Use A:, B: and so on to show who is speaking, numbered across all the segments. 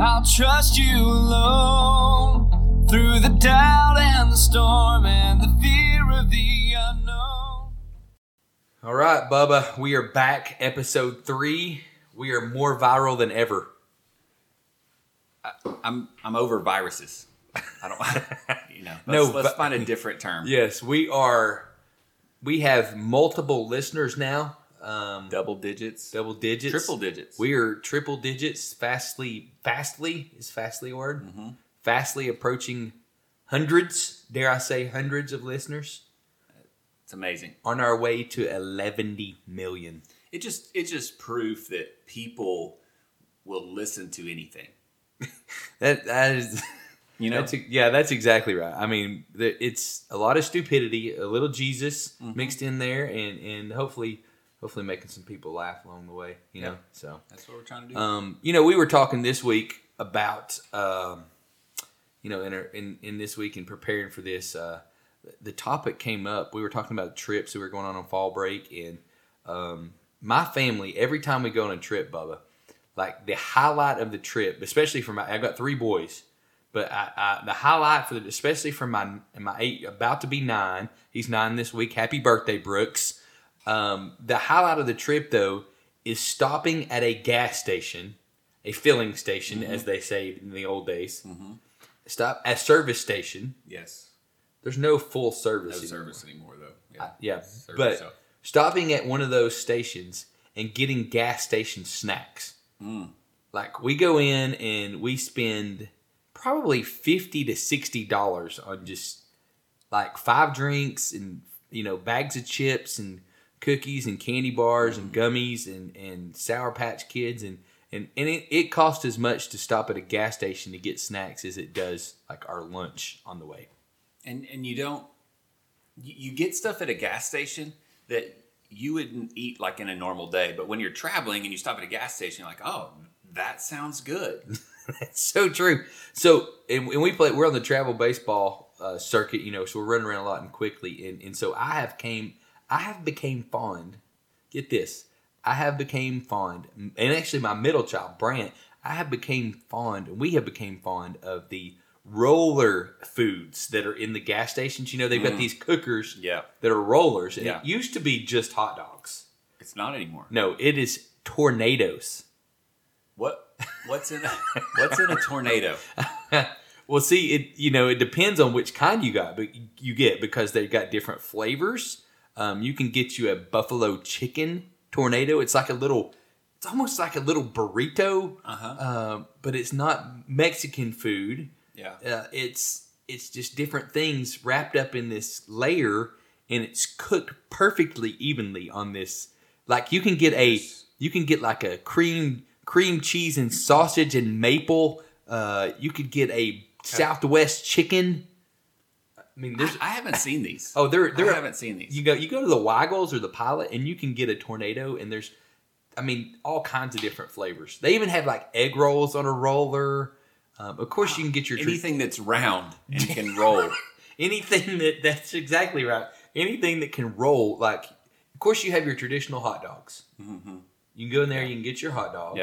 A: I'll trust you alone through the doubt and the storm and the fear of the unknown.
B: All right, Bubba, we are back. Episode three. We are more viral than ever.
C: I'm I'm over viruses. I don't, you know. Let's,
B: No,
C: let's
B: but-
C: find a different term.
B: Yes, we are. We have multiple listeners now. Um,
C: Double digits,
B: double digits,
C: triple digits.
B: We are triple digits. Fastly, fastly is fastly a word. Fastly approaching hundreds. Dare I say hundreds of listeners
C: it's amazing.
B: on our way to eleventy million.
C: It just it's just proof that people will listen to anything.
B: That that is.
C: You know,
B: That's, e, yeah, that's exactly right. I mean, the, it's a lot of stupidity, a little Jesus
C: Mm-hmm.
B: mixed in there, and and hopefully, hopefully making some people laugh along the way. You know,
C: Yeah.
B: so
C: that's what we're trying to do.
B: um, you know, we were talking this week about um, you know, in our, in in this week and preparing for this, uh, the topic came up. We were talking about trips that we were going on on fall break, and um, my family every time we go on a trip, Bubba, like the highlight of the trip, especially for my I've got three boys, but I, I the highlight for the especially for my my eight about to be nine. He's nine this week. Happy birthday, Brooks. Um, the highlight of the trip though is stopping at a gas station, a filling station, as
C: Mm-hmm.
B: they say in the old days. Stop at service station.
C: yes,
B: There's no full service.
C: no
B: anymore.
C: service anymore though. Yeah,
B: Yeah,
C: Service
B: but
C: up.
B: stopping at one of those stations and getting gas station snacks. Like we go in and we spend probably fifty to sixty dollars on just like five drinks and you know bags of chips and cookies and candy bars and gummies and and sour patch kids and and, and it, it costs as much to stop at a gas station to get snacks as it does like our lunch on the way.
C: and and you don't you, you get stuff at a gas station that you wouldn't eat like in a normal day, but when you're traveling and you stop at a gas station, you're like, oh, that sounds good.
B: so true. So, and, and we play. We're on the travel baseball uh, circuit, you know. So we're running around a lot and quickly. And and so I have came. I have became fond. Get this. I have became fond, and actually my middle child Brant. I have became fond. We have became fond of the roller foods that are in the gas stations. You know, they've got these cookers
C: Yeah.
B: that are rollers, and
C: Yeah.
B: it used to be just hot dogs.
C: It's not anymore.
B: No, it is tornadoes.
C: What what's in a, what's in a tornado?
B: Well, see, it you know it depends on which kind you got, but you get because they've got different flavors. Um, you can get you a buffalo chicken tornado. It's like a little, it's almost like a little burrito,
C: Uh-huh.
B: uh, but it's not Mexican food.
C: Yeah.
B: Uh, it's it's just different things wrapped up in this layer, and it's cooked perfectly evenly on this. Like you can get a you can get like a cream cream cheese and sausage and maple. Uh, you could get a Southwest chicken. I mean,
C: I,
B: there's
C: I haven't seen these.
B: oh there there
C: I haven't seen these.
B: You go you go to the Weigels or the Pilot, and you can get a tornado, and there's I mean all kinds of different flavors. They even have like egg rolls on a roller. Um, of course, you can get your tr-
C: Anything that's round and can roll.
B: anything that that's exactly right. Anything that can roll, like of course you have your traditional hot dogs.
C: Mm-hmm.
B: You can go in there, you can get your hot dog.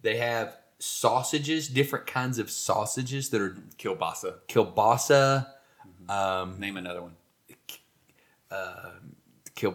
B: They have sausages, different kinds of sausages that are
C: Kielbasa.
B: kielbasa, um,
C: Name another one.
B: kiel,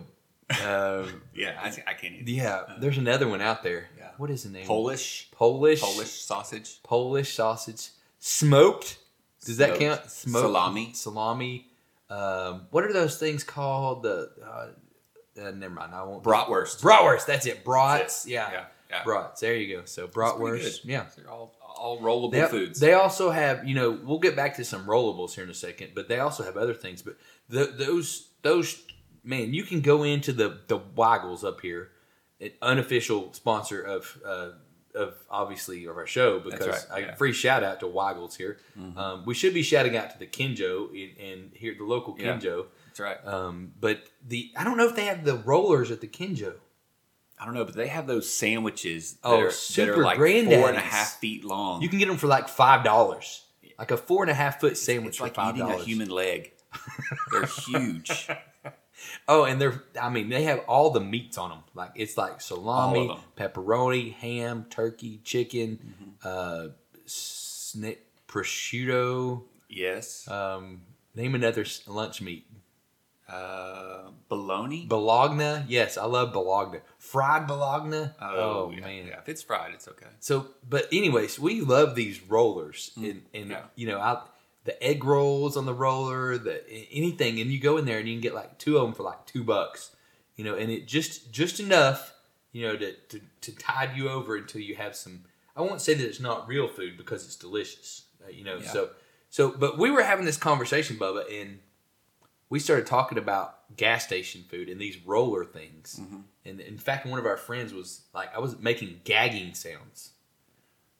B: um
C: Yeah, I, I can't. Either.
B: yeah. There's another one out there.
C: Uh, Yeah.
B: What is the name?
C: Polish
B: Polish,
C: Polish sausage.
B: Polish sausage, smoked. Does that
C: Smoked.
B: count? Smoked
C: Salami.
B: salami. Um, what are those things called? The uh, uh, never mind. I won't.
C: Bratwurst.
B: Bratwurst. That's it. Brats.
C: That's it.
B: Yeah.
C: Yeah, yeah.
B: Brats. There you go. So
C: It's pretty
B: bratwurst.
C: good.
B: Yeah.
C: They're all all rollable
B: They,
C: foods.
B: they also have, you know, we'll get back to some rollables here in a second, but they also have other things. But th those, those, man, you can go into the the Waggles up here, an unofficial sponsor of uh, of obviously of our show because
C: right,
B: I-
C: yeah. Mm-hmm.
B: free shout out to Waggles here. Um, we should be shouting out to the Kinjo in, in here, the local
C: Yeah.
B: Kinjo.
C: That's right. Uh,
B: Um, but the I don't know if they have the rollers at the Kinjo.
C: I don't know, but they have those sandwiches.
B: Oh,
C: that are, that
B: super
C: are like four and
B: granddaddies.
C: a half feet long.
B: You can get them for like five dollars, like a four and a half foot sandwich
C: it's
B: for
C: like
B: five
C: eating a
B: dollars.
C: human leg. They're huge.
B: Oh, and they're, I mean, they have all the meats on them. Like, it's like salami,
C: All of Mm-hmm.
B: pepperoni, ham, turkey, chicken, uh, snake prosciutto.
C: Yes. Uh,
B: Um, name another s- lunch meat.
C: Uh, bologna.
B: Bologna. Yes, I love bologna. Fried bologna. Oh,
C: yeah,
B: man.
C: yeah. If it's fried, it's okay.
B: So, but anyways, we love these rollers, and and
C: Mm. yeah.
B: you know, I, the egg rolls on the roller, the a- anything, and you go in there and you can get like two of them for like two bucks, you know, and it just just enough, you know, to to, to tide you over until you have some. I won't say that it's not real food because it's delicious, uh, you know.
C: Yeah.
B: So so, but we were having this conversation, Bubba, and we started talking about gas station food and these roller things.
C: Mm-hmm.
B: And in fact, one of our friends was like, I was making gagging sounds.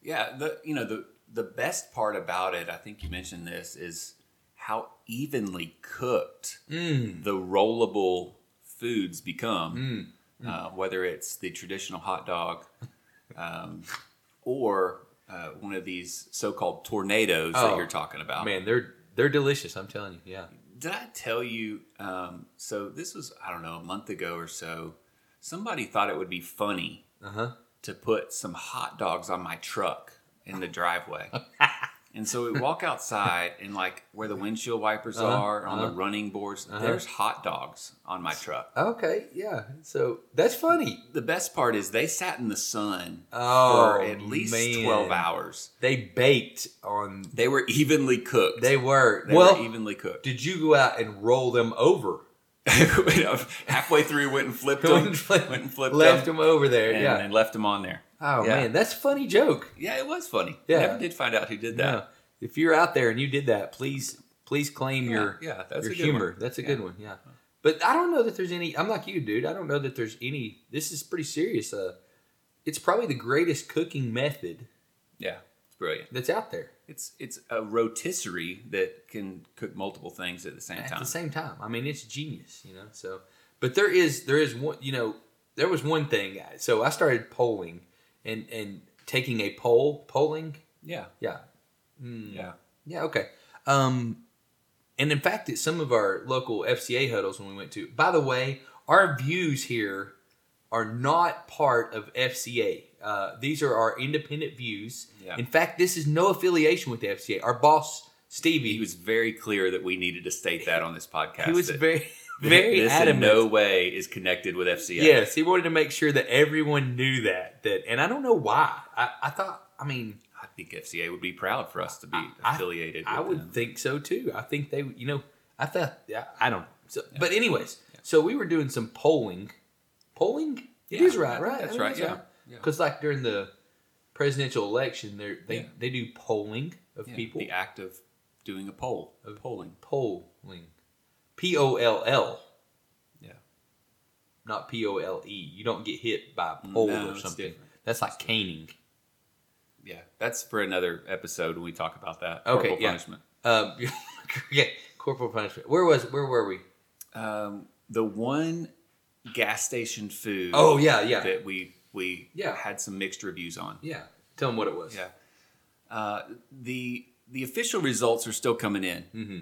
C: Yeah, the you know the the best part about it, I think you mentioned this, is how evenly cooked
B: Mm.
C: the rollable foods become.
B: Mm,
C: Uh, whether it's the traditional hot dog, um, or uh, one of these so-called tornadoes
B: Oh,
C: that you're talking about.
B: Man, they're they're delicious. I'm telling you. Yeah.
C: Did I tell you? Um, so this was I don't know a month ago or so. Somebody thought it would be funny
B: Uh huh.
C: to put some hot dogs on my truck in the driveway. and so we walk outside and like where the windshield wipers
B: Uh-huh,
C: are on
B: uh-huh.
C: the running boards, there's hot dogs on my truck.
B: Okay. Yeah. So that's funny.
C: The best part is they sat in the sun
B: Oh,
C: for at least
B: man.
C: 12 hours.
B: They baked on.
C: They were evenly cooked.
B: They were.
C: They
B: well,
C: were evenly cooked.
B: did you go out and roll them over?
C: Halfway through, went and flipped them. went and flipped
B: left
C: them.
B: them over there.
C: And,
B: yeah.
C: and left them on there.
B: oh
C: yeah.
B: man, that's a funny joke.
C: Yeah, it was funny.
B: Yeah.
C: Never did find out who did that.
B: Yeah. If you're out there and you did that, please please claim your
C: yeah, that's
B: your
C: a good
B: humor.
C: one.
B: That's a
C: Yeah.
B: good one. Yeah. But I don't know that there's any. I'm like you, dude. I don't know that there's any. This is pretty serious. Uh, it's probably the greatest cooking method
C: Yeah, it's brilliant.
B: that's out there.
C: It's it's a rotisserie that can cook multiple things at the same
B: at
C: time.
B: the same time. I mean, it's genius, you know. So, but there is there is one, you know, there was one thing. So I started polling and and taking a poll, polling.
C: yeah,
B: Yeah, Hmm.
C: yeah.
B: yeah, okay. Um, and in fact, at some of our local FCA huddles when we went to. By the way, our views here are not part of FCA. Uh, these are our independent views.
C: Yeah.
B: In fact, this is no affiliation with the FCA. Our boss Stevie,
C: He was very clear that we needed to state that on this podcast.
B: he was
C: that
B: very very
C: this
B: adamant.
C: in no way is connected with FCA.
B: Yes, he wanted to make sure that everyone knew that. That, and I don't know why. I, I thought. I mean,
C: I think FCA would be proud for us to be
B: I-
C: affiliated.
B: I
C: with
B: would
C: them.
B: think so too. I think they. You know, I thought. Yeah, I don't. know. So, But anyways, so we were doing some polling. Polling.
C: Yeah,
B: It is
C: I
B: right,
C: think
B: right?
C: that's
B: I think
C: right,
B: it's
C: yeah. Yeah.
B: Because like during the presidential election, they they
C: Yeah.
B: they do polling of
C: Yeah,
B: people.
C: the act of doing a poll, of polling.
B: Polling. P O L L.
C: Yeah.
B: Not P O L E. You don't get hit by a pole
C: No,
B: or
C: it's
B: something.
C: different.
B: That's like caning.
C: Yeah, that's for another episode when we talk about that.
B: Okay,
C: corporal
B: yeah.
C: punishment.
B: Um, yeah, corporal punishment. Where was? Where were we?
C: Um, the one gas station food.
B: Oh yeah, yeah,
C: that we we
B: Yeah.
C: had some mixed reviews on.
B: yeah. Tell them what it was.
C: Yeah. Uh, the the official results are still coming in.
B: Hmm.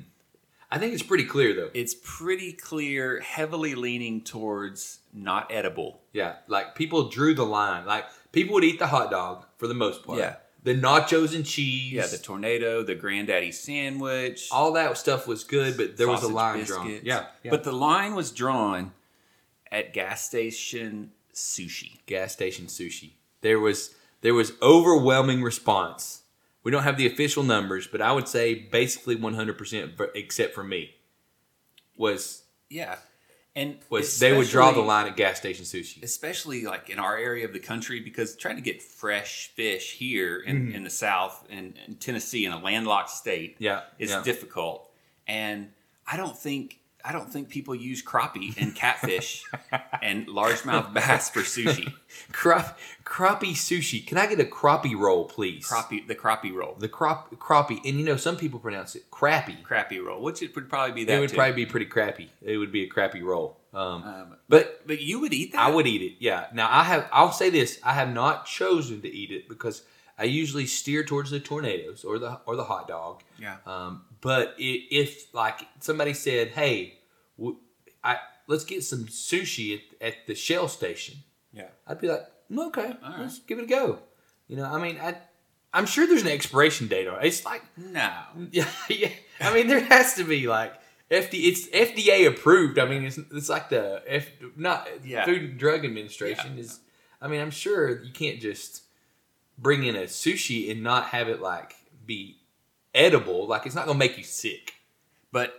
B: I think it's pretty clear though.
C: It's pretty clear, heavily leaning towards not edible.
B: Yeah, like people drew the line. Like people would eat the hot dog for the most part.
C: Yeah.
B: the nachos and cheese.
C: Yeah, the tornado, the granddaddy sandwich,
B: all that stuff was good, but there was a
C: sausage
B: line drawn.
C: biscuits.
B: Yeah,
C: but
B: but
C: the line was drawn at gas station sushi.
B: gas station sushi. There was there was overwhelming response. We don't have the official numbers, but I would say basically 100%, but- except for me, was
C: Yeah, and
B: was they would draw the
C: especially-
B: line at gas station sushi.
C: especially like in our area of the country because trying to get fresh fish here in, in the south and in tennessee in a landlocked state
B: Mm-hmm. Yeah,
C: is
B: yeah.
C: difficult and i don't think i don't think people use crappie and catfish and largemouth bass for sushi
B: Crop, crappie sushi. Can I get a crappie roll, please?
C: crappie the crappie roll the
B: The crop, crappie, and you know some people pronounce it crappy.
C: crappie roll which it would probably be that
B: It would
C: too.
B: probably be pretty crappy. It would be a crappy roll. Um,
C: Um,
B: but
C: but you would eat that
B: I would eat it. Yeah. Now I have. I'll say this. I have not chosen to eat it because I usually steer towards the tornadoes or the or the hot dog.
C: yeah
B: Um, but i if like somebody said, "Hey, w- I let's get some sushi at, at the Shell station,"
C: yeah
B: I'd be like, "Mm, okay,
C: All right.
B: let's give it a go. You know, I mean, I I'm sure there's an expiration date on it. It's like,
C: No.
B: yeah, yeah. I mean, there has to be like FDA. It's FDA approved. I mean, it's it's like the F not
C: Yeah.
B: Food and Drug Administration is. I mean, I'm sure you can't just bring in a sushi and not have it like be edible. Like it's not gonna make you sick.
C: But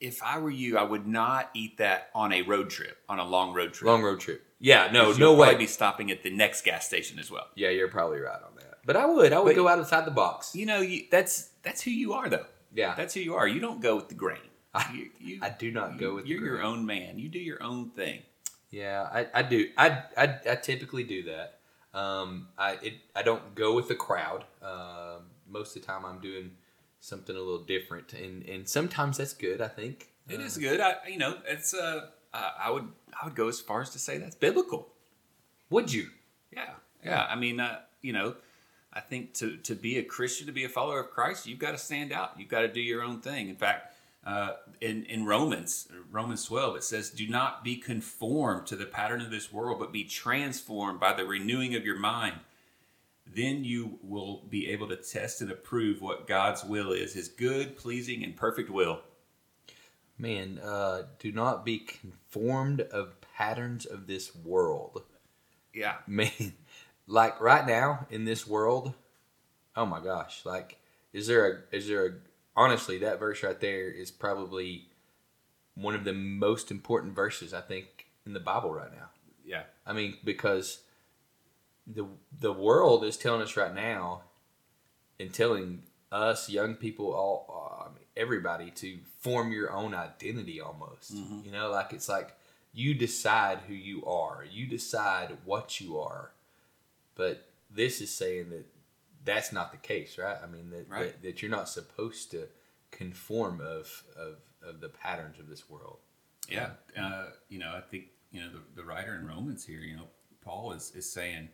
C: if I were you, I would not eat that on a road trip, on a long road trip.
B: Long road trip. Yeah, no,
C: Because
B: no
C: you'll
B: way.
C: probably be stopping at the next gas station as well.
B: yeah, you're probably right on that. But I would, I would
C: But-
B: go outside the box.
C: You know, you, that's that's who you are, though.
B: Yeah,
C: That's who you are. You don't go with the grain.
B: I-
C: you, you,
B: I do not go with the
C: You're your
B: grain.
C: own man. You do your own thing.
B: Yeah, I, I do. I, I, I typically do that. Um, I it, I don't go with the crowd. Um, most of the time, I'm doing something a little different, and and sometimes that's good. I think
C: It is
B: Uh-huh.
C: good. I, you know, it's. Uh, uh, I would. I would go as far as to say that's biblical.
B: Would you?
C: Yeah, yeah. I mean, uh, you know, I think to to be a Christian, to be a follower of Christ, you've got to stand out. You've got to do your own thing. In fact, uh, in in Romans Romans twelve, it says, "Do not be conformed to the pattern of this world, but be transformed by the renewing of your mind." Then you will be able to test and approve what God's will is, His good, pleasing, and perfect will.
B: Man, uh, do not be conformed of patterns of this world.
C: Yeah,
B: Man, like right now in this world, oh my gosh! Like, is there a is there a honestly that verse right there is probably one of the most important verses I think in the Bible right now.
C: yeah,
B: I mean, because the the world is telling us right now, and telling us young people, all uh, I mean, everybody, to form your own identity. Almost, you know, like it's like you decide who you are, you decide what you are. But this is saying that that's not the case, right? I mean, that
C: Right.
B: that, that you're not supposed to conform of of of the patterns of this world.
C: yeah uh, you know i think you know the, the writer in romans here you know paul is is saying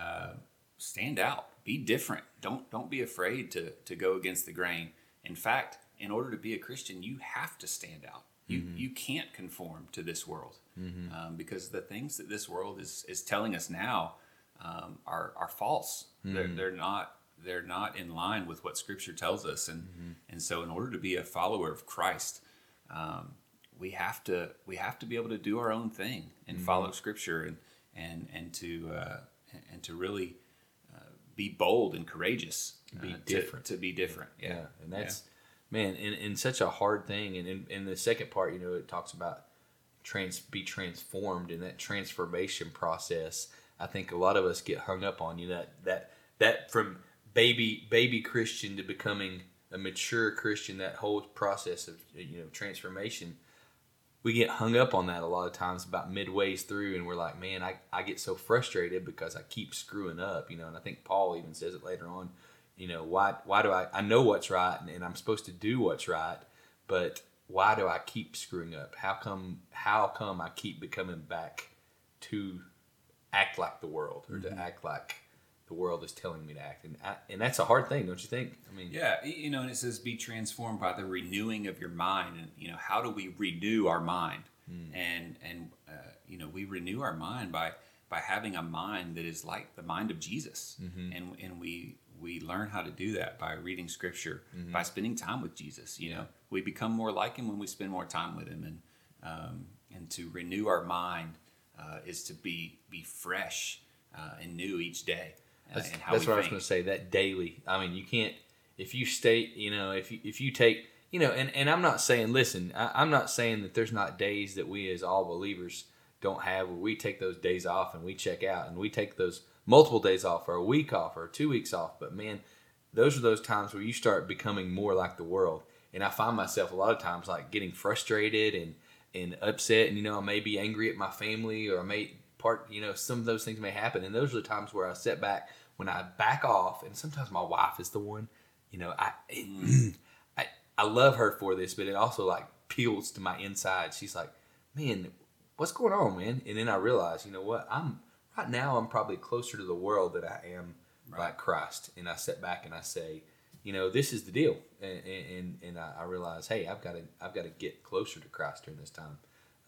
C: uh, stand out be different don't don't be afraid to to go against the grain in fact in order to be a christian you have to stand out you you can't conform to this world um, because the things that this world is is telling us now um, are are false they're, they're not they're not in line with what scripture tells us and and so in order to be a follower of christ um, we have to we have to be able to do our own thing and
B: Mm-hmm.
C: follow scripture and and and to uh, and to really uh, be bold and courageous
B: Be
C: uh, to-
B: different.
C: to, be different yeah,
B: yeah and that's man and, and such a hard thing and in, in the second part you know it talks about trans be transformed and that transformation process i think a lot of us get hung up on you know that that that from baby baby christian to becoming a mature christian that whole process of you know transformation we get hung up on that a lot of times about midways through and we're like man I, I get so frustrated because i keep screwing up you know and i think paul even says it later on you know why why do i i know what's right and, and i'm supposed to do what's right but why do i keep screwing up how come how come i keep becoming back to act like the world or to act like the world is telling me to act and I, and that's a hard thing don't you think i mean
C: Yeah, y- you know, and it says be transformed by the renewing of your mind, and you know, how do we renew our mind?
B: Hmm.
C: And and uh, you know, we renew our mind by by having a mind that is like the mind of Jesus,
B: Mm-hmm.
C: and and we we learn how to do that by reading Scripture,
B: Mm-hmm.
C: by spending time with Jesus. You know, we become more like Him when we spend more time with Him, and um, and to renew our mind uh, is to be be fresh uh, and new each day. uh,
B: That's,
C: and how
B: that's
C: we
B: what I was
C: think.
B: going to say. That daily. I mean, you can't if you stay. You know, if you if you take. You know, and, and I'm not saying. Listen, I, I'm not saying that there's not days that we as all believers don't have where we take those days off and we check out and we take those multiple days off or a week off or two weeks off. But man, those are those times where you start becoming more like the world. And I find myself a lot of times like getting frustrated and and upset, and you know I may be angry at my family or I may part. You know some of those things may happen, and those are the times where I set back when I back off. And sometimes my wife is the one. You know I I I love her for this, but it also like peels to my inside. She's like, man, what's going on, man? And then I realize, you know what? I'm right now. I'm probably closer to the world than I am like Christ. And I step back and I say, you know, this is the deal. And and, and I, I realize, hey, I've got to I've got to get closer to Christ during this time.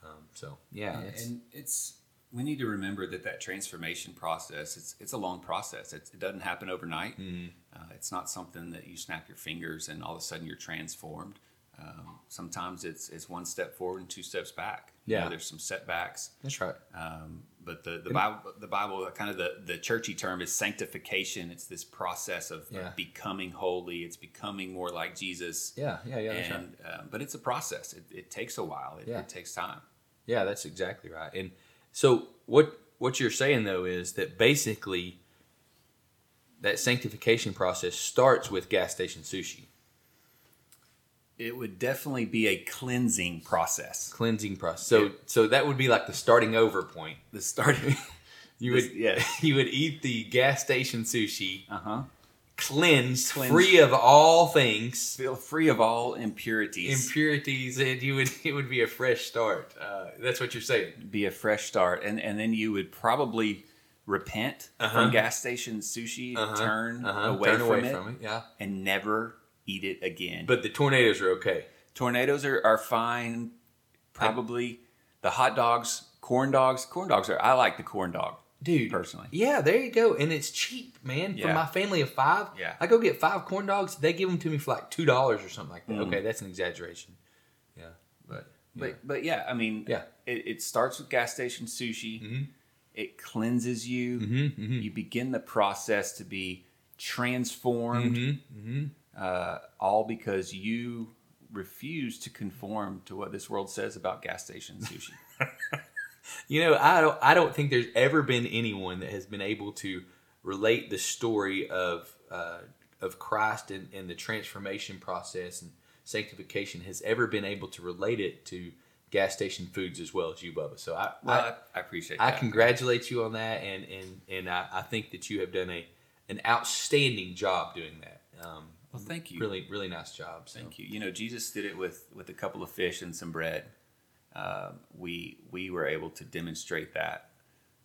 B: Um, so yeah,
C: Yeah,
B: it's-
C: Uh, and it's we need to remember that that transformation process it's it's a long process. It's, it doesn't happen overnight.
B: Mm-hmm.
C: Uh, it's not something that you snap your fingers and all of a sudden you're transformed. Um, sometimes it's it's one step forward and two steps back. You know,
B: Yeah.
C: there's some setbacks.
B: That's right.
C: Um, but the, the Bible, the Bible, kind of the, the churchy term is sanctification. It's this process of, of
B: Yeah.
C: becoming holy. It's becoming more like Jesus.
B: Yeah, yeah, yeah. That's right.
C: and, uh, but it's a process. It, it takes a while. It,
B: Yeah.
C: it takes time.
B: Yeah, that's exactly right. And so what what you're saying though is that basically that sanctification process starts with gas station sushi
C: It would definitely be a cleansing process.
B: cleansing process. So
C: Yeah.
B: so that would be like the starting over point.
C: The starting,
B: You
C: This-
B: would
C: yeah.
B: you would eat the gas station sushi
C: uh huh.
B: cleansed,
C: Cleansed.
B: free of all things
C: Feel free of all impurities.
B: impurities and you would it would be a fresh start. Uh, that's what you're saying.
C: be a fresh start, and and then you would probably repent
B: Uh-huh.
C: from gas station sushi,
B: Uh-huh.
C: turn
B: Uh-huh.
C: away
B: Turn
C: from
B: away
C: it,
B: from it. Yeah.
C: and never eat it again.
B: But the tornadoes are okay.
C: tornadoes are, are fine. Probably the hot dogs, corn dogs, corn dogs are. I like the corn dog.
B: dude
C: personally.
B: yeah there you go and it's cheap man for
C: Yeah.
B: my family of five
C: Yeah.
B: i go get five corn dogs they give them to me for like two dollars or something like that
C: Mm.
B: okay that's an exaggeration yeah but
C: But
B: yeah.
C: but yeah, I mean,
B: Yeah.
C: it, it starts with gas station sushi.
B: Mhm.
C: It cleanses you.
B: Mhm, mhm.
C: You begin the process to be transformed,
B: Mhm, mhm.
C: uh, all because you refuse to conform to what this world says about gas station sushi.
B: you know i don't i don't think there's ever been anyone that has been able to relate the story of uh, of christ and, and the transformation process and sanctification has ever been able to relate it to gas station foods as well as you bubba so i, I
C: well, I, I appreciate
B: I
C: that.
B: congratulate you on that, and and and I, I think that you have done a an outstanding job doing that. Um,
C: well, thank you.
B: really, really nice job. So.
C: Thank you. You know, Jesus did it with with a couple of fish and some bread. Um, we we were able to demonstrate that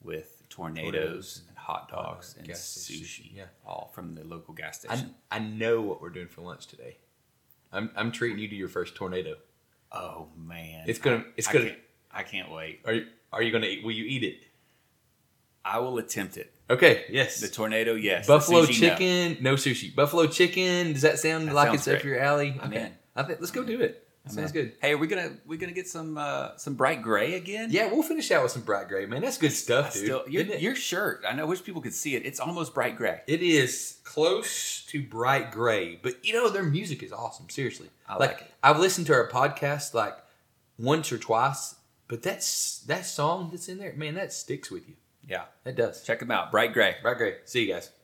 C: with tornadoes,
B: Tornadoes Uh,
C: and hot dogs and
B: gas station,
C: sushi,
B: yeah.
C: all from the local gas
B: I
C: station.
B: I know what we're doing for lunch today. I'm I'm treating you to your first tornado.
C: oh man,
B: It's gonna it's
C: I
B: gonna
C: can't, I can't wait.
B: are you are you gonna eat, will you eat it?
C: I will attempt it.
B: Okay, yes.
C: The tornado, yes. The
B: Buffalo
C: sushi, no.
B: chicken, no. sushi. Buffalo chicken. Does that sound
C: That
B: like
C: sounds
B: it's up
C: great.
B: your alley?
C: I'm in.
B: I think let's go do it. That
C: I'm
B: sounds
C: in.
B: good.
C: Hey, we're gonna we're gonna get some uh, some bright gray again.
B: Yeah, we'll finish out with some bright gray, man. That's good stuff,
C: I
B: dude.
C: still, your,
B: Isn't it?
C: your shirt. I know. wish people could see it. It's almost bright gray.
B: It is close to bright gray, but you know their music is awesome. Seriously,
C: I like it.
B: I've listened to our podcast like once or twice, but that's that song that's in there, man, that sticks with you.
C: Yeah.
B: That does.
C: Check them out. Bright gray.
B: Bright gray. See you guys.